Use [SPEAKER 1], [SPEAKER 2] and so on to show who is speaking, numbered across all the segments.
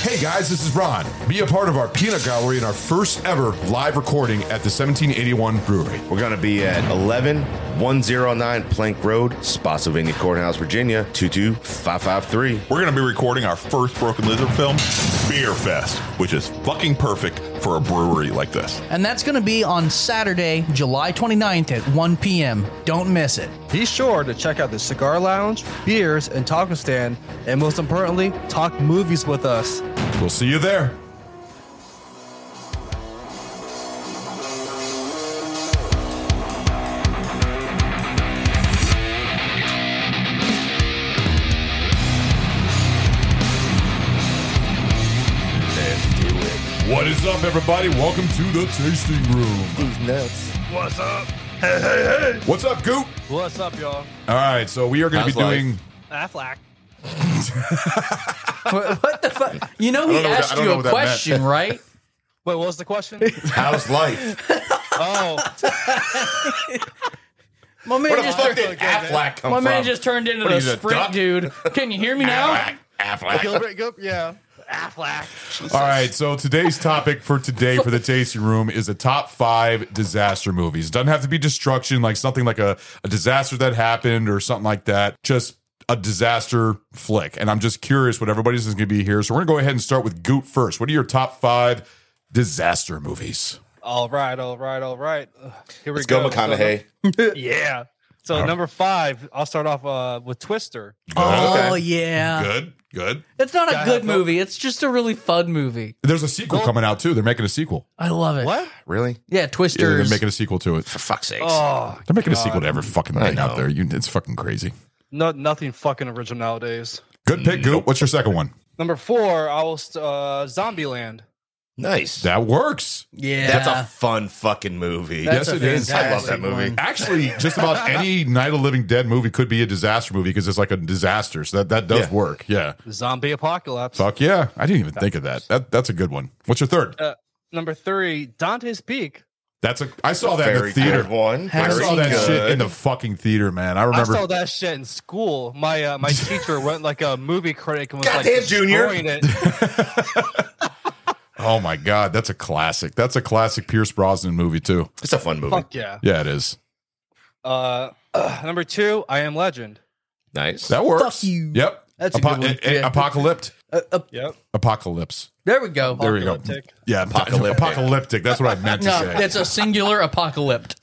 [SPEAKER 1] Hey guys, this is Ron. Be a part of our peanut gallery in our first ever live recording at the 1781 Brewery.
[SPEAKER 2] We're going to be at 11109 Plank Road, Spotsylvania Courthouse, Virginia, 22553.
[SPEAKER 3] We're going to be recording our first Broken Lizard film, Beer Fest, which is fucking perfect for a brewery like this.
[SPEAKER 4] And that's going to be on Saturday, July 29th at 1 p.m. Don't miss it.
[SPEAKER 5] Be sure to check out the cigar lounge, beers, and taco stand, and most importantly, talk movies with us.
[SPEAKER 1] We'll see you there. What is up, everybody? Welcome to the tasting room.
[SPEAKER 2] Nuts.
[SPEAKER 3] What's up?
[SPEAKER 1] What's up, Goop?
[SPEAKER 5] What's up, y'all?
[SPEAKER 1] All right, so we are going to
[SPEAKER 2] How's
[SPEAKER 1] be doing.
[SPEAKER 2] life?
[SPEAKER 5] Affleck.
[SPEAKER 4] what, what the fuck? You know, he
[SPEAKER 1] don't know what that- I
[SPEAKER 4] asked
[SPEAKER 1] don't
[SPEAKER 4] you
[SPEAKER 1] know
[SPEAKER 4] a
[SPEAKER 1] what that meant.
[SPEAKER 4] question, right?
[SPEAKER 5] Wait, what was the question?
[SPEAKER 2] How's life?
[SPEAKER 5] oh,
[SPEAKER 4] My man,
[SPEAKER 2] Where the
[SPEAKER 4] just, turned-
[SPEAKER 2] fuck did Affleck come
[SPEAKER 4] my
[SPEAKER 2] from?
[SPEAKER 4] man just turned into the
[SPEAKER 2] is it,
[SPEAKER 4] sprint
[SPEAKER 2] duck?
[SPEAKER 4] dude. Can you hear me now?
[SPEAKER 2] Affleck.
[SPEAKER 5] Gilbert Goop, yeah. Affleck.
[SPEAKER 1] All right, so today's topic for today for the tasting room is the top five disaster movies. Doesn't have to be destruction, like something like a, a disaster that happened or something like that. Just a disaster flick. And I'm just curious what everybody's is going to be here. So we're going to go ahead and start with Goot first. What are your top five disaster movies?
[SPEAKER 5] All right, all right, all right. Ugh, Here we
[SPEAKER 2] Let's go,
[SPEAKER 5] So-
[SPEAKER 2] McConaughey.
[SPEAKER 5] yeah. So number five, I'll start off uh, with Twister.
[SPEAKER 4] Oh,
[SPEAKER 2] Okay.
[SPEAKER 4] yeah.
[SPEAKER 1] Good, good.
[SPEAKER 4] It's not a
[SPEAKER 5] Yeah,
[SPEAKER 4] good
[SPEAKER 5] no.
[SPEAKER 4] movie. It's just a really fun movie.
[SPEAKER 1] There's a sequel coming out too. They're making a sequel.
[SPEAKER 4] I love it.
[SPEAKER 5] What?
[SPEAKER 2] Really?
[SPEAKER 1] Yeah,
[SPEAKER 4] Yeah,
[SPEAKER 1] they're
[SPEAKER 4] Twisters.
[SPEAKER 1] making a sequel to it.
[SPEAKER 2] For fuck's sakes.
[SPEAKER 5] Oh,
[SPEAKER 1] They're making a sequel to every fucking
[SPEAKER 2] I
[SPEAKER 1] thing out
[SPEAKER 2] know.
[SPEAKER 1] there. You, it's fucking crazy.
[SPEAKER 5] no, nothing fucking original nowadays.
[SPEAKER 1] Good pick, Goot. What's your second one?
[SPEAKER 5] Number four, I was uh, Zombieland.
[SPEAKER 2] Nice.
[SPEAKER 1] That works.
[SPEAKER 4] yeah.
[SPEAKER 2] That's a fun fucking movie.
[SPEAKER 1] That's
[SPEAKER 4] a
[SPEAKER 1] Yes, it is.
[SPEAKER 2] I love
[SPEAKER 4] fantastic
[SPEAKER 2] that movie.
[SPEAKER 4] one.
[SPEAKER 1] Actually, just about any Night of the Living Dead movie could be a disaster movie because it's like a disaster. So that, that does
[SPEAKER 2] Yeah.
[SPEAKER 1] work. Yeah.
[SPEAKER 5] Zombie Apocalypse.
[SPEAKER 1] Fuck yeah. I didn't even think of that. that. That's a good one. What's your third?
[SPEAKER 5] Number three, Dante's Peak.
[SPEAKER 1] That's a I saw that in the
[SPEAKER 2] Very good
[SPEAKER 1] theater.
[SPEAKER 2] one.
[SPEAKER 4] I
[SPEAKER 1] I
[SPEAKER 2] Very
[SPEAKER 1] saw that
[SPEAKER 2] good.
[SPEAKER 1] shit in the fucking theater, man. I
[SPEAKER 5] I
[SPEAKER 1] remember
[SPEAKER 5] saw that shit in school. My uh, my teacher went like a movie critic and was like
[SPEAKER 2] Goddamn, Junior.
[SPEAKER 5] destroying it.
[SPEAKER 1] Oh my god, that's a classic. That's a classic Pierce Brosnan movie too.
[SPEAKER 2] It's a fun movie.
[SPEAKER 5] Fuck yeah.
[SPEAKER 1] Yeah, it is.
[SPEAKER 5] Uh, number two, I Am Legend.
[SPEAKER 2] Nice.
[SPEAKER 1] That works.
[SPEAKER 4] you.
[SPEAKER 1] Yep.
[SPEAKER 4] That's a
[SPEAKER 1] Apo-
[SPEAKER 4] good one.
[SPEAKER 1] a- a-
[SPEAKER 4] Yeah.
[SPEAKER 1] Apocalypse.
[SPEAKER 4] Uh, uh,
[SPEAKER 5] Yep.
[SPEAKER 1] Apocalypse.
[SPEAKER 4] there we go.
[SPEAKER 1] There we go.
[SPEAKER 5] Apocalyptic.
[SPEAKER 1] Yeah, apocalyptic.
[SPEAKER 2] Apocalyptic.
[SPEAKER 1] apocalyptic. That's what I meant to
[SPEAKER 4] No,
[SPEAKER 1] say.
[SPEAKER 4] that's a singular apocalypse.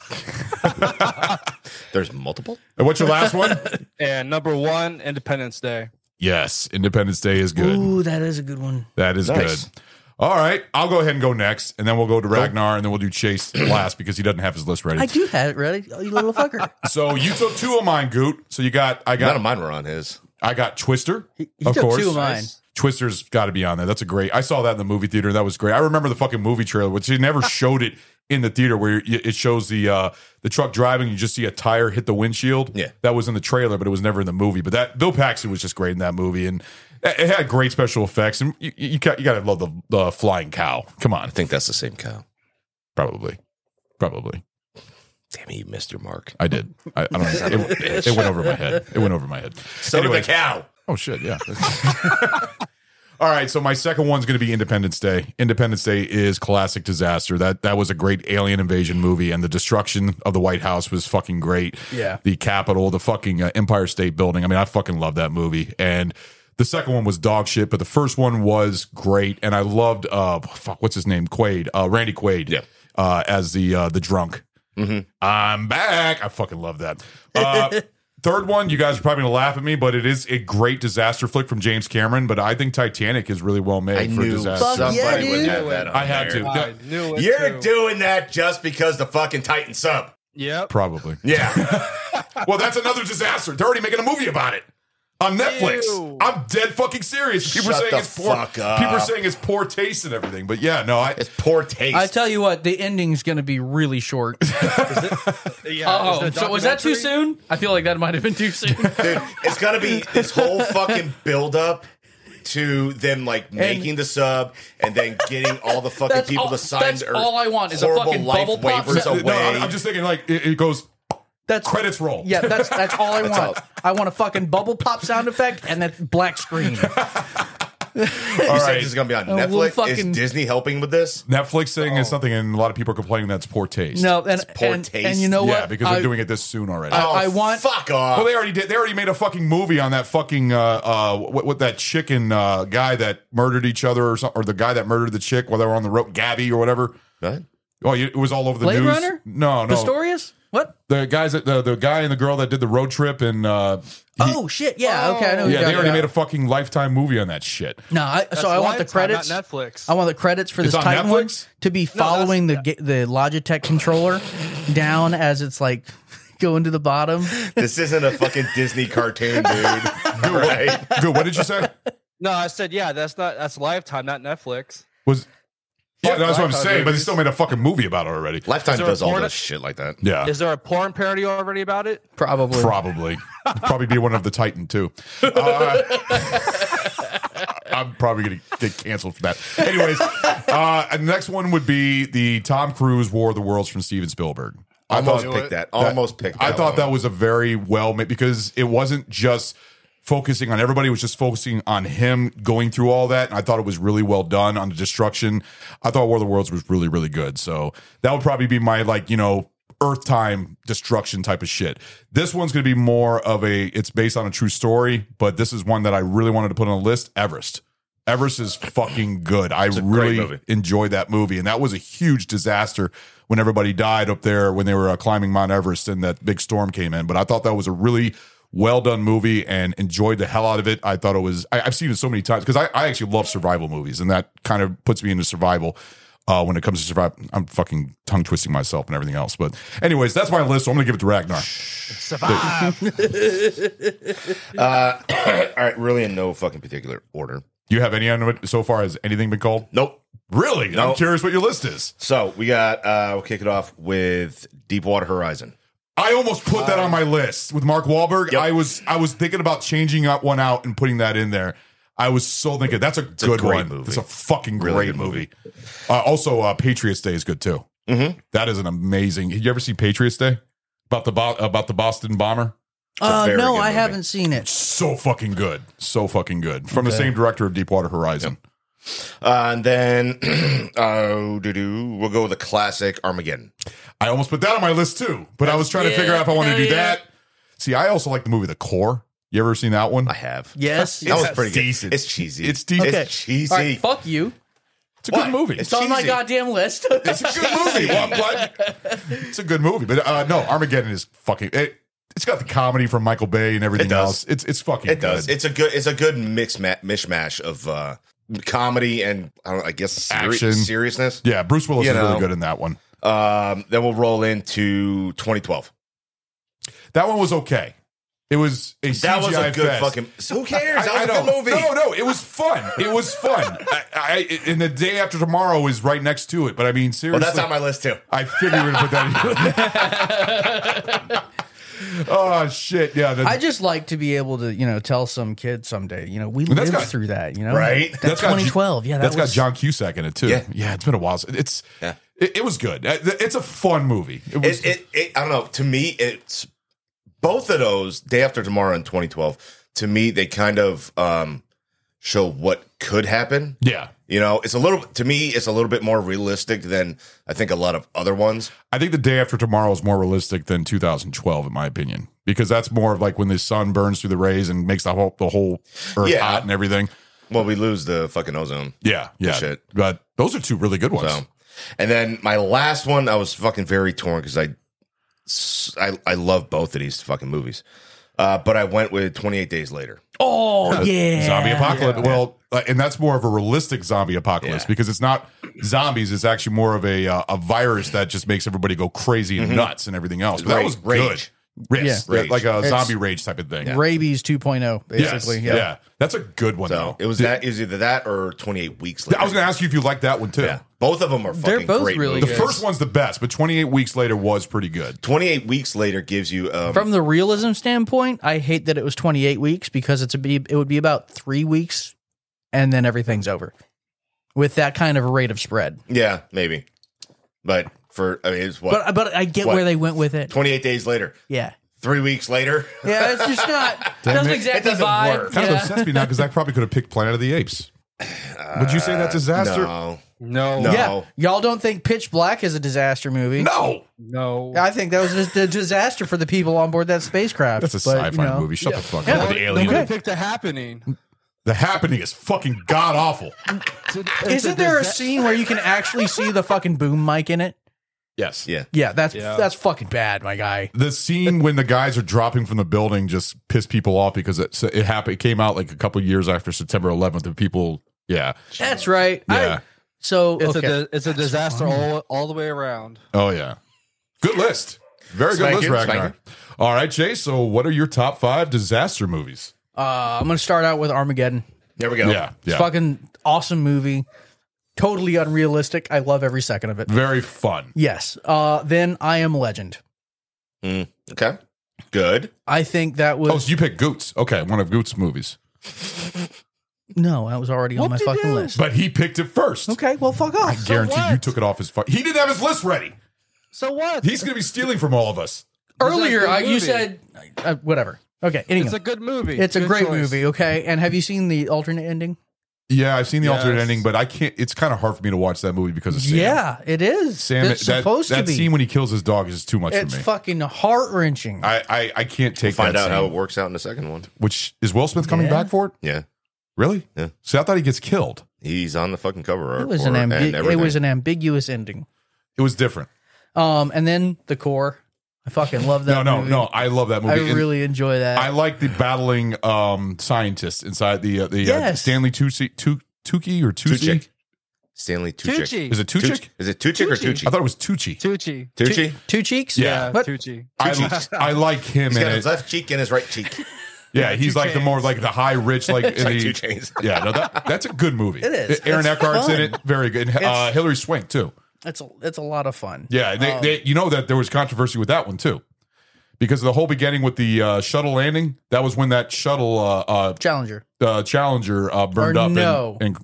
[SPEAKER 2] There's multiple?
[SPEAKER 1] And what's your last one?
[SPEAKER 5] And number one, Independence Day.
[SPEAKER 1] yes, Independence Day is good.
[SPEAKER 4] Ooh, that is a good one.
[SPEAKER 1] That is
[SPEAKER 2] Nice.
[SPEAKER 1] good. All right, I'll go ahead and go next, and then we'll go to Ragnar, and then we'll do Chase last because he doesn't have his list
[SPEAKER 4] I
[SPEAKER 1] ready.
[SPEAKER 4] do have it ready. Oh, you little fucker.
[SPEAKER 1] So you took two of mine, Goot. So you got I
[SPEAKER 2] None of
[SPEAKER 1] got
[SPEAKER 2] mine were on his.
[SPEAKER 1] I got Twister.
[SPEAKER 4] he took two of mine.
[SPEAKER 1] Twister's got to be on there. That's a great. I saw that in the movie theater. That was great. I remember the fucking movie trailer, which they never showed it in the theater where you- it shows the uh, the truck driving. You just see a tire hit the windshield.
[SPEAKER 2] Yeah.
[SPEAKER 1] that was in the trailer, but it was never in the movie. But that Bill Paxton was just great in that movie, and it it had great special effects. And you you, ca- you got to love the the flying cow. Come on,
[SPEAKER 2] I think that's the same cow.
[SPEAKER 1] probably, probably.
[SPEAKER 2] Damn it, you missed your mark.
[SPEAKER 1] I did. I, I don't. Know. It, it went over my head. It went over my head.
[SPEAKER 2] So did
[SPEAKER 1] Anyway.
[SPEAKER 2] the cow.
[SPEAKER 1] Oh shit, yeah. All right, so my second one's going to be Independence Day. Independence Day is classic disaster. That that was a great alien invasion movie, and the destruction of the White House was fucking great.
[SPEAKER 4] Yeah.
[SPEAKER 1] the Capitol, the fucking uh, Empire State Building. I mean, I fucking love that movie. And the second one was dog shit, but the first one was great, and I loved uh fuck what's his name Quaid, uh, Randy Quaid,
[SPEAKER 2] Yeah.
[SPEAKER 1] uh, as the uh, the drunk. I'm back. I fucking love that. Uh, third one, you guys are probably gonna laugh at me, but it is a great disaster flick from James Cameron. But I think Titanic is really well made
[SPEAKER 2] I
[SPEAKER 1] for
[SPEAKER 2] knew
[SPEAKER 1] disaster.
[SPEAKER 4] Fuck
[SPEAKER 2] somebody
[SPEAKER 4] yeah,
[SPEAKER 2] would
[SPEAKER 4] dude.
[SPEAKER 2] have that on
[SPEAKER 1] I had
[SPEAKER 2] there.
[SPEAKER 1] to.
[SPEAKER 5] I knew it.
[SPEAKER 2] You're
[SPEAKER 5] too.
[SPEAKER 2] doing that just because the fucking Titan sub.
[SPEAKER 5] Yep.
[SPEAKER 1] Probably.
[SPEAKER 2] Yeah.
[SPEAKER 1] well, that's another disaster. They're already making a movie about it. on Netflix.
[SPEAKER 4] Ew.
[SPEAKER 1] I'm dead fucking serious. People
[SPEAKER 2] Shut
[SPEAKER 1] are saying
[SPEAKER 2] the
[SPEAKER 1] it's poor.
[SPEAKER 2] fuck up.
[SPEAKER 1] People are saying it's poor taste and everything. But yeah, no, I
[SPEAKER 2] It's poor taste.
[SPEAKER 4] I tell you what, the ending's going to be really short.
[SPEAKER 5] Yeah.
[SPEAKER 4] Oh,
[SPEAKER 5] is the
[SPEAKER 4] so was that too
[SPEAKER 5] documentary-
[SPEAKER 4] soon? I feel like that might have been too soon.
[SPEAKER 2] Dude, it's gonna be this whole fucking build up to them like making the sub and then getting all the fucking
[SPEAKER 4] That's
[SPEAKER 2] people
[SPEAKER 4] all-
[SPEAKER 2] to sign
[SPEAKER 4] that's
[SPEAKER 2] their
[SPEAKER 4] all I want is a
[SPEAKER 2] horrible
[SPEAKER 4] fucking
[SPEAKER 2] life
[SPEAKER 4] bubble pop
[SPEAKER 2] waivers
[SPEAKER 4] set.
[SPEAKER 2] away.
[SPEAKER 1] uh, no, I'm, I'm just thinking like it, it goes
[SPEAKER 4] That's
[SPEAKER 1] credits roll.
[SPEAKER 4] Yeah, that's that's all I want.
[SPEAKER 2] all.
[SPEAKER 4] I want a fucking bubble pop sound effect and that black screen.
[SPEAKER 2] you said
[SPEAKER 1] right.
[SPEAKER 2] this is gonna be on
[SPEAKER 4] Uh, we'll
[SPEAKER 2] Netflix.
[SPEAKER 4] fucking-
[SPEAKER 2] Is Disney helping with this?
[SPEAKER 1] Netflix thing
[SPEAKER 2] Oh.
[SPEAKER 1] is something, and a lot of people are complaining that's poor taste.
[SPEAKER 4] No, and
[SPEAKER 2] poor
[SPEAKER 4] and,
[SPEAKER 2] taste.
[SPEAKER 4] and you know what?
[SPEAKER 1] yeah, because
[SPEAKER 4] I-
[SPEAKER 1] they're doing it this soon already.
[SPEAKER 4] I- I want-
[SPEAKER 2] Oh, fuck off.
[SPEAKER 1] Well, they already did. They already made a fucking movie on that fucking uh, uh, what, what that chicken uh, guy that murdered each other or something, or the guy that murdered the chick while they were on the rope, Gabby or whatever.
[SPEAKER 2] What?
[SPEAKER 1] Oh, you- it was all over the
[SPEAKER 4] Blade
[SPEAKER 1] news.
[SPEAKER 4] Runner?
[SPEAKER 1] No, no.
[SPEAKER 4] Pistorius? What?
[SPEAKER 1] The guys, that, the the guy and the girl that did the road trip, and uh,
[SPEAKER 4] oh shit! Yeah, okay. I know.
[SPEAKER 1] yeah, they already
[SPEAKER 4] made
[SPEAKER 1] made a fucking lifetime movie on that shit.
[SPEAKER 4] No, I, so I
[SPEAKER 5] why
[SPEAKER 4] want the
[SPEAKER 5] it's not
[SPEAKER 4] credits.
[SPEAKER 5] Netflix.
[SPEAKER 4] I want the credits for this
[SPEAKER 1] on
[SPEAKER 4] Titan one
[SPEAKER 1] Netflix?
[SPEAKER 4] to be following the the the Logitech controller down as it's like going to the bottom.
[SPEAKER 2] This isn't a fucking Disney cartoon, dude. right?
[SPEAKER 1] Dude, what did you say?
[SPEAKER 5] No, I said yeah. That's not that's Lifetime, not Netflix.
[SPEAKER 1] Was yeah, that's what I'm
[SPEAKER 5] Lifetime
[SPEAKER 1] saying. But they
[SPEAKER 5] movies.
[SPEAKER 1] still made a fucking movie about it already.
[SPEAKER 2] Lifetime
[SPEAKER 5] Is there
[SPEAKER 2] does
[SPEAKER 5] a
[SPEAKER 2] all
[SPEAKER 5] porn-
[SPEAKER 2] this shit like that.
[SPEAKER 1] Yeah,
[SPEAKER 5] Is there a porn parody already about it?
[SPEAKER 4] Probably.
[SPEAKER 1] Probably. probably be one of the Titan too. Uh, I'm probably going to get canceled for that. Anyways, uh, and the next one would be the Tom Cruise War of the Worlds from Steven Spielberg. I
[SPEAKER 2] Almost
[SPEAKER 1] thought-
[SPEAKER 2] picked that. Almost picked. That
[SPEAKER 1] I thought
[SPEAKER 2] one.
[SPEAKER 1] that was a very well made because it wasn't just focusing on everybody, it was just focusing on him going through all that. And I thought it was really well done on the destruction. I thought War of the Worlds was really, really good. So that would probably be my like, you know, Earth time destruction type of shit. This one's gonna be more of a it's based on a true story, but this is one that I really wanted to put on a list. Everest. Everest is fucking good. I
[SPEAKER 2] a great
[SPEAKER 1] really
[SPEAKER 2] movie.
[SPEAKER 1] enjoyed that movie, and that was a huge disaster when everybody died up there when they were uh, climbing Mount Everest and that big storm came in. But I thought that was a really well done movie and enjoyed the hell out of it. I thought it was. I, I've seen it so many times because I, I actually love survival movies, and that kind of puts me into survival. Uh, when it comes to survival, I'm fucking tongue twisting myself and everything else. But, anyways, that's my list. So I'm gonna give it to Ragnar.
[SPEAKER 2] all right. Really, in no fucking particular order.
[SPEAKER 1] Do you have any on it so far? Has anything been called?
[SPEAKER 2] Nope.
[SPEAKER 1] Really? I'm
[SPEAKER 2] Nope.
[SPEAKER 1] curious what your list is.
[SPEAKER 2] So we got. uh We'll kick it off with Deepwater Horizon.
[SPEAKER 1] I almost put that on my list with Mark Wahlberg.
[SPEAKER 2] Yep.
[SPEAKER 1] I was I was thinking about changing that one out and putting that in there. I was so thinking that's a
[SPEAKER 2] a
[SPEAKER 1] good
[SPEAKER 2] great
[SPEAKER 1] one.
[SPEAKER 2] movie.
[SPEAKER 1] It's a fucking
[SPEAKER 2] Really
[SPEAKER 1] great
[SPEAKER 2] good
[SPEAKER 1] movie. Uh, also, uh, Patriots Day is good too.
[SPEAKER 2] Mhm.
[SPEAKER 1] That is an amazing. Did you ever see Patriots Day about the bo- about the Boston bomber?
[SPEAKER 4] Uh,
[SPEAKER 2] very
[SPEAKER 4] no,
[SPEAKER 2] good
[SPEAKER 4] I
[SPEAKER 2] movie.
[SPEAKER 4] haven't seen it.
[SPEAKER 1] So fucking good. So fucking good. From the same director of Deepwater Horizon.
[SPEAKER 2] Uh, and then oh, doo doo. We'll go with the classic Armageddon.
[SPEAKER 1] I almost put that on my list too, but I was trying to figure out if I wanted to do that. See, I also like the movie The Core. You ever seen that one?
[SPEAKER 2] I have.
[SPEAKER 4] Yes.
[SPEAKER 2] That was
[SPEAKER 4] yes.
[SPEAKER 2] pretty
[SPEAKER 1] Decent.
[SPEAKER 2] decent. It's cheesy.
[SPEAKER 1] It's decent.
[SPEAKER 4] Okay.
[SPEAKER 2] It's cheesy.
[SPEAKER 4] All right, fuck you.
[SPEAKER 1] It's a good
[SPEAKER 2] What?
[SPEAKER 1] movie.
[SPEAKER 2] It's
[SPEAKER 4] It's on my
[SPEAKER 2] Cheesy.
[SPEAKER 4] goddamn list.
[SPEAKER 1] It's a good movie. Well, I'm glad- It's a good movie, but uh, no, Armageddon is fucking. It, it's got the comedy from Michael Bay and everything
[SPEAKER 2] It does.
[SPEAKER 1] else. It's it's fucking.
[SPEAKER 2] It does.
[SPEAKER 1] Good.
[SPEAKER 2] It's a good. It's a good mix ma- mishmash of uh, comedy and I don't. know, I guess seri-
[SPEAKER 1] Action.
[SPEAKER 2] seriousness.
[SPEAKER 1] yeah, Bruce Willis
[SPEAKER 2] You
[SPEAKER 1] is really
[SPEAKER 2] know.
[SPEAKER 1] good in that one.
[SPEAKER 2] Um, then we'll roll into 2012.
[SPEAKER 1] That one was okay. It was a
[SPEAKER 2] That was
[SPEAKER 1] CGI
[SPEAKER 2] a good
[SPEAKER 1] fest.
[SPEAKER 2] fucking. Who cares?
[SPEAKER 1] I-
[SPEAKER 2] That was
[SPEAKER 1] I
[SPEAKER 2] a good
[SPEAKER 1] know.
[SPEAKER 2] movie.
[SPEAKER 1] No, no, it was fun. It was fun. I, I, and the day after tomorrow is right next to it. But I mean,
[SPEAKER 2] Well,
[SPEAKER 1] seriously,
[SPEAKER 2] that's on my list too.
[SPEAKER 1] I figured we'd put that. in. oh shit! Yeah, that,
[SPEAKER 4] I just like to be able to, you know, tell some kid someday, you know, we
[SPEAKER 1] But that's
[SPEAKER 4] lived
[SPEAKER 1] got-
[SPEAKER 4] through that, you know,
[SPEAKER 2] Right?
[SPEAKER 4] That
[SPEAKER 1] That's got-
[SPEAKER 4] 2012. Yeah, that
[SPEAKER 1] that's
[SPEAKER 4] was,
[SPEAKER 1] got John Cusack in it too.
[SPEAKER 2] Yeah.
[SPEAKER 1] it's been a while. It's
[SPEAKER 2] Yeah.
[SPEAKER 1] it, it was good. It- It's a fun movie. It was.
[SPEAKER 2] It, it, it, I don't know. To me, it's both of those. Day after tomorrow and 2012. To me, they kind of um, show what could happen.
[SPEAKER 1] yeah,
[SPEAKER 2] You know, it's a little. To me, it's a little bit more realistic than I think a lot of other ones.
[SPEAKER 1] I think the day after tomorrow is more realistic than 2012, in my opinion, because that's more of like when the sun burns through the rays and makes the whole the whole earth
[SPEAKER 2] Yeah.
[SPEAKER 1] hot and everything.
[SPEAKER 2] Well, we lose the fucking ozone.
[SPEAKER 1] Yeah, yeah.
[SPEAKER 2] Shit.
[SPEAKER 1] But those are two really good ones.
[SPEAKER 2] So, and then my last one, I was fucking very torn because I, I, I love both of these fucking movies, uh, but I went with Twenty Eight Days Later.
[SPEAKER 4] Oh yeah,
[SPEAKER 1] Zombie apocalypse. Well, uh, and that's more of a realistic zombie apocalypse
[SPEAKER 2] Yeah.
[SPEAKER 1] because it's not zombies. It's actually more of a uh, a virus that just makes everybody go crazy and nuts and everything else. But that was
[SPEAKER 2] Rage.
[SPEAKER 1] good. Rifts,
[SPEAKER 2] Yeah.
[SPEAKER 1] like a
[SPEAKER 2] Rage.
[SPEAKER 1] zombie rage type of thing.
[SPEAKER 4] Rabies 2.0,
[SPEAKER 1] Yes,
[SPEAKER 4] basically.
[SPEAKER 1] yeah.
[SPEAKER 4] yeah.
[SPEAKER 1] that's a good one
[SPEAKER 2] So
[SPEAKER 4] Oh.
[SPEAKER 1] though.
[SPEAKER 2] it was that it was either that or 28 weeks later.
[SPEAKER 1] I was going to ask you if you liked that one too.
[SPEAKER 2] Yeah. Both of them are fucking
[SPEAKER 4] They're both
[SPEAKER 2] great
[SPEAKER 4] really
[SPEAKER 1] The
[SPEAKER 2] movies.
[SPEAKER 4] good.
[SPEAKER 1] first one's the best, but 28 weeks later was pretty good.
[SPEAKER 2] 28 weeks later gives you um,
[SPEAKER 4] From the realism standpoint, I hate that it was 28 weeks because it's a be, it would be about three weeks and then everything's over with that kind of rate of spread.
[SPEAKER 2] yeah, maybe. But for I mean it's what
[SPEAKER 4] But but I get
[SPEAKER 2] What?
[SPEAKER 4] where they went with it.
[SPEAKER 2] 28 days later,
[SPEAKER 4] Yeah,
[SPEAKER 2] 3 weeks later.
[SPEAKER 4] yeah, it's just not doesn't exactly
[SPEAKER 2] doesn't
[SPEAKER 4] vibe.
[SPEAKER 2] work.
[SPEAKER 1] Kind of
[SPEAKER 4] Yeah.
[SPEAKER 1] upsets me now because I probably could have picked Planet of the Apes. Would you say that's disaster?
[SPEAKER 2] No.
[SPEAKER 5] No,
[SPEAKER 2] No.
[SPEAKER 4] yeah, y'all don't think Pitch Black is a disaster movie?
[SPEAKER 1] No,
[SPEAKER 5] no.
[SPEAKER 4] I think that was just a disaster for the people on board that spacecraft.
[SPEAKER 1] that's a
[SPEAKER 4] but,
[SPEAKER 1] sci-fi
[SPEAKER 4] you know.
[SPEAKER 1] movie. Shut the fuck
[SPEAKER 4] Yeah.
[SPEAKER 1] up. with The alien.
[SPEAKER 5] Nobody picked the happening.
[SPEAKER 1] The happening is fucking god awful.
[SPEAKER 5] It's a- it's
[SPEAKER 4] Isn't there a
[SPEAKER 5] disa-
[SPEAKER 4] scene where you can actually see the fucking boom mic in it?
[SPEAKER 1] Yes.
[SPEAKER 2] Yeah.
[SPEAKER 4] Yeah, that's
[SPEAKER 5] Yeah.
[SPEAKER 4] that's fucking bad, my guy.
[SPEAKER 1] The scene when the guys are dropping from the building just pissed people off because it it happened. It came out like a couple years after September 11th, and people, yeah,
[SPEAKER 4] That's right.
[SPEAKER 1] yeah,
[SPEAKER 4] I- so
[SPEAKER 5] It's
[SPEAKER 4] okay.
[SPEAKER 5] a di- it's a disaster all, all the way around.
[SPEAKER 1] oh yeah, good list, very good
[SPEAKER 2] Spank
[SPEAKER 1] list,
[SPEAKER 2] it, spank
[SPEAKER 1] Ragnar. All right, Jay. So, what are your top five disaster movies?
[SPEAKER 4] uh, I'm gonna start out with Armageddon.
[SPEAKER 2] There we go.
[SPEAKER 1] Yeah,
[SPEAKER 4] It's
[SPEAKER 1] yeah,
[SPEAKER 4] fucking awesome movie. Totally unrealistic. I love every second of it.
[SPEAKER 1] very fun.
[SPEAKER 4] Yes. Uh, then I Am Legend.
[SPEAKER 2] Mm, okay. Good.
[SPEAKER 4] I think that was
[SPEAKER 1] Oh, so you picked Goots? Okay, one of Goots' movies,
[SPEAKER 4] no. I was already on my
[SPEAKER 5] you
[SPEAKER 4] fucking
[SPEAKER 5] do?
[SPEAKER 4] list.
[SPEAKER 1] but he picked it first.
[SPEAKER 4] Okay. Well, fuck off.
[SPEAKER 1] I guarantee you
[SPEAKER 5] what?
[SPEAKER 1] took it off his. Fu- he didn't have his list ready.
[SPEAKER 5] So what?
[SPEAKER 1] He's gonna be stealing from all of us.
[SPEAKER 4] Earlier,
[SPEAKER 5] It's a
[SPEAKER 4] I,
[SPEAKER 5] good
[SPEAKER 4] you
[SPEAKER 5] movie.
[SPEAKER 4] said uh, whatever. Okay. Anyway,
[SPEAKER 5] it's a good movie. Good
[SPEAKER 4] great
[SPEAKER 5] choice.
[SPEAKER 4] movie. Okay. And have you seen the alternate ending?
[SPEAKER 1] Yeah, I've seen the alternate
[SPEAKER 5] Yes.
[SPEAKER 1] ending, but I can't. It's kind of hard for me to watch that movie because of Sam.
[SPEAKER 4] Yeah, it is.
[SPEAKER 1] Sam,
[SPEAKER 4] it's
[SPEAKER 1] that,
[SPEAKER 4] supposed
[SPEAKER 1] that
[SPEAKER 4] to be.
[SPEAKER 1] scene when he kills his dog is just too much
[SPEAKER 4] it's
[SPEAKER 1] for me.
[SPEAKER 4] fucking heart wrenching.
[SPEAKER 1] I, I I can't take
[SPEAKER 2] Find
[SPEAKER 1] that
[SPEAKER 2] out
[SPEAKER 1] scene.
[SPEAKER 2] how it works out in the second one.
[SPEAKER 1] Which is Will Smith coming
[SPEAKER 4] Yeah.
[SPEAKER 1] back for it?
[SPEAKER 2] Yeah.
[SPEAKER 1] Really?
[SPEAKER 2] Yeah.
[SPEAKER 1] See, I thought he gets killed.
[SPEAKER 2] He's on the fucking cover art.
[SPEAKER 4] It was an
[SPEAKER 2] for- and
[SPEAKER 4] ambi- it
[SPEAKER 2] everything.
[SPEAKER 4] was an ambiguous ending.
[SPEAKER 1] It was different.
[SPEAKER 4] Um, and then the core. I fucking love
[SPEAKER 1] No,
[SPEAKER 4] that.
[SPEAKER 1] no,
[SPEAKER 4] movie.
[SPEAKER 1] no. I love that movie.
[SPEAKER 4] I
[SPEAKER 1] And
[SPEAKER 4] really enjoy that.
[SPEAKER 1] I like the battling um scientists inside the uh, the uh,
[SPEAKER 4] Yes.
[SPEAKER 1] Stanley Tucci, Tu- Tucci or Tucci.
[SPEAKER 2] Tucci. Stanley Tucci.
[SPEAKER 5] Tucci.
[SPEAKER 1] Is it Tucci?
[SPEAKER 2] Tucci. Is it Tucci or
[SPEAKER 5] Tucci.
[SPEAKER 1] I
[SPEAKER 2] Tucci?
[SPEAKER 1] thought it was Tucci.
[SPEAKER 5] Tucci.
[SPEAKER 4] two,
[SPEAKER 2] Tucci.
[SPEAKER 4] two cheeks.
[SPEAKER 1] Yeah.
[SPEAKER 4] What?
[SPEAKER 5] Tucci.
[SPEAKER 1] I, I like him
[SPEAKER 2] He's
[SPEAKER 1] in
[SPEAKER 2] got
[SPEAKER 1] it.
[SPEAKER 2] his left cheek and his right cheek.
[SPEAKER 1] Yeah, he's
[SPEAKER 5] Two
[SPEAKER 1] like the more like the high rich like in
[SPEAKER 2] like
[SPEAKER 1] the-
[SPEAKER 2] two chains.
[SPEAKER 1] Yeah, no, that, that's a good movie.
[SPEAKER 4] It is.
[SPEAKER 1] Aaron
[SPEAKER 4] It's
[SPEAKER 1] Eckhart's
[SPEAKER 4] fun.
[SPEAKER 1] in it. Very good. And, uh,
[SPEAKER 4] It's- Oh.
[SPEAKER 1] Hillary Swank too.
[SPEAKER 4] It's a it's a lot of fun.
[SPEAKER 1] Yeah, they, they, you know that there was controversy with that one too, because of the whole beginning with the uh, shuttle landing. That was when that shuttle uh, uh,
[SPEAKER 4] Challenger.
[SPEAKER 1] uh, Challenger uh, burned
[SPEAKER 4] Or
[SPEAKER 1] up. and-
[SPEAKER 4] no.
[SPEAKER 1] and,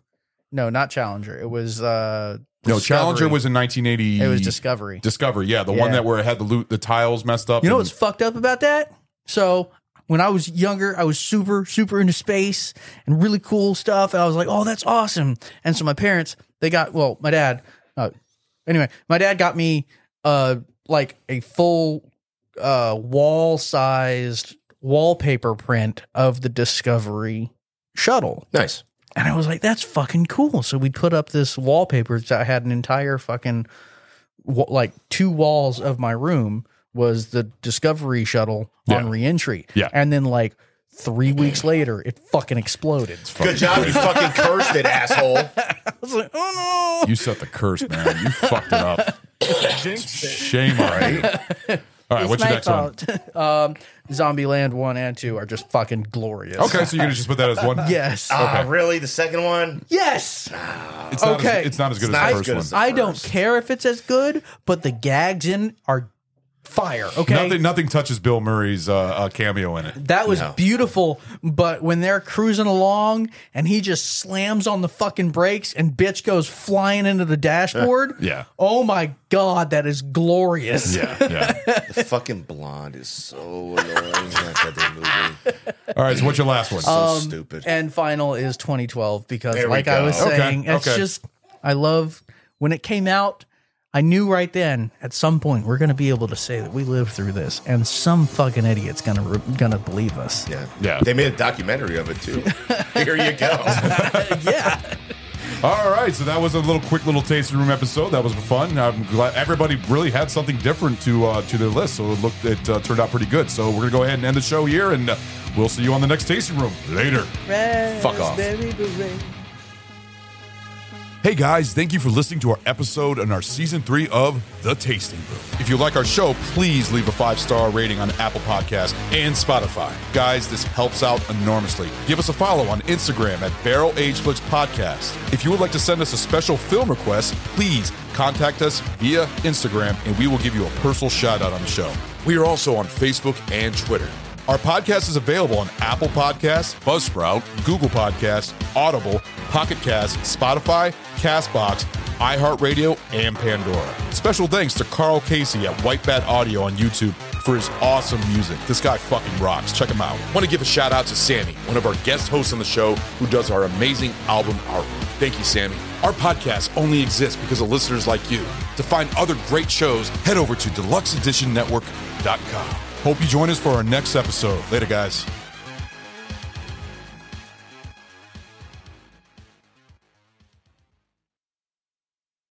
[SPEAKER 4] No, not Challenger. It was uh
[SPEAKER 1] no,
[SPEAKER 4] Discovery.
[SPEAKER 1] Challenger was in 1980.
[SPEAKER 4] it was Discovery.
[SPEAKER 1] Discovery. Yeah, the one
[SPEAKER 4] Yeah.
[SPEAKER 1] that where it had the loot, the tiles messed up.
[SPEAKER 4] You know
[SPEAKER 1] and-
[SPEAKER 4] what's fucked up about that? So when I was younger, I was super, super into space and really cool stuff. And I was like, oh, that's awesome. And so my parents, they got, well, my dad, uh, anyway, my dad got me uh, like a full uh, wall sized wallpaper print of the Discovery shuttle.
[SPEAKER 2] Nice.
[SPEAKER 4] And I was like, that's fucking cool. So we put up this wallpaper that had an entire fucking, wa- like, two walls of my room was the Discovery shuttle on
[SPEAKER 1] Yeah.
[SPEAKER 4] reentry.
[SPEAKER 1] Yeah.
[SPEAKER 4] And then, like, three weeks later, it fucking exploded.
[SPEAKER 2] Good job. You fucking cursed it, asshole.
[SPEAKER 4] I was like, oh
[SPEAKER 1] You set the curse, man. You fucked it up. Shame on you. All right,
[SPEAKER 4] no.
[SPEAKER 1] what's your next one?
[SPEAKER 4] um, Zombieland 1 and 2 are just fucking glorious.
[SPEAKER 1] Okay, Uh, so you're gonna just put that as one.
[SPEAKER 4] Yes.
[SPEAKER 2] Ah, really? The second one?
[SPEAKER 4] yes.
[SPEAKER 1] it's not
[SPEAKER 4] okay.
[SPEAKER 1] As, it's not as good
[SPEAKER 2] It's
[SPEAKER 1] as
[SPEAKER 2] not
[SPEAKER 1] the
[SPEAKER 2] as
[SPEAKER 1] first
[SPEAKER 2] good
[SPEAKER 1] one.
[SPEAKER 2] as the
[SPEAKER 4] I don't
[SPEAKER 2] first.
[SPEAKER 4] care if it's as good, but the gags in are fire. Okay.
[SPEAKER 1] Nothing, nothing touches Bill Murray's uh, uh, cameo in it.
[SPEAKER 4] That was
[SPEAKER 2] No.
[SPEAKER 4] beautiful, but when they're cruising along and he just slams on the fucking brakes and bitch goes flying into the dashboard.
[SPEAKER 1] Yeah.
[SPEAKER 4] Oh my god, that is glorious.
[SPEAKER 1] Yeah, yeah.
[SPEAKER 2] The fucking blonde is so annoying. That goddamn movie.
[SPEAKER 1] All right, so what's your last one?
[SPEAKER 2] So stupid.
[SPEAKER 4] And final is 2012 because
[SPEAKER 2] There we
[SPEAKER 4] like I
[SPEAKER 2] go.
[SPEAKER 4] was
[SPEAKER 1] Okay,
[SPEAKER 4] saying, it's
[SPEAKER 1] okay.
[SPEAKER 4] just I love when it came out, I knew right then at some point we're going to be able to say that we lived through this and some fucking idiot's going to re- going to believe us.
[SPEAKER 2] yeah.
[SPEAKER 1] Yeah.
[SPEAKER 2] They made a documentary of it, too. Here you go.
[SPEAKER 4] yeah.
[SPEAKER 1] All right, so that was a little quick little tasting room episode. That was fun. I'm glad everybody really had something different to uh, to their list, so it looked it uh, turned out pretty good. So we're gonna go ahead and end the show here, and uh, we'll see you on the next tasting room later. Fuck off.
[SPEAKER 4] Raspberry beret.
[SPEAKER 1] Hey guys, thank you for listening to our episode on our season three of The Tasting Room. If you like our show, please leave a five star rating on Apple Podcasts and Spotify. Guys, this helps out enormously. Give us a follow on Instagram at Barrel Age Flicks Podcast. If you would like to send us a special film request, please contact us via Instagram and we will give you a personal shout out on the show. We are also on Facebook and Twitter. Our podcast is available on Apple Podcasts, Buzzsprout, Google Podcasts, Audible, Pocket Cast, Spotify, Castbox, iHeartRadio, and Pandora. Special thanks to Carl Casey at White Bat Audio on YouTube for his awesome music. This guy fucking rocks. Check him out. Want to give a shout out to Sammy, one of our guest hosts on the show who does our amazing album artwork. Thank you, Sammy. Our podcast only exists because of listeners like you. To find other great shows, head over to deluxeeditionnetwork.com. Hope you join us for our next episode. Later, guys.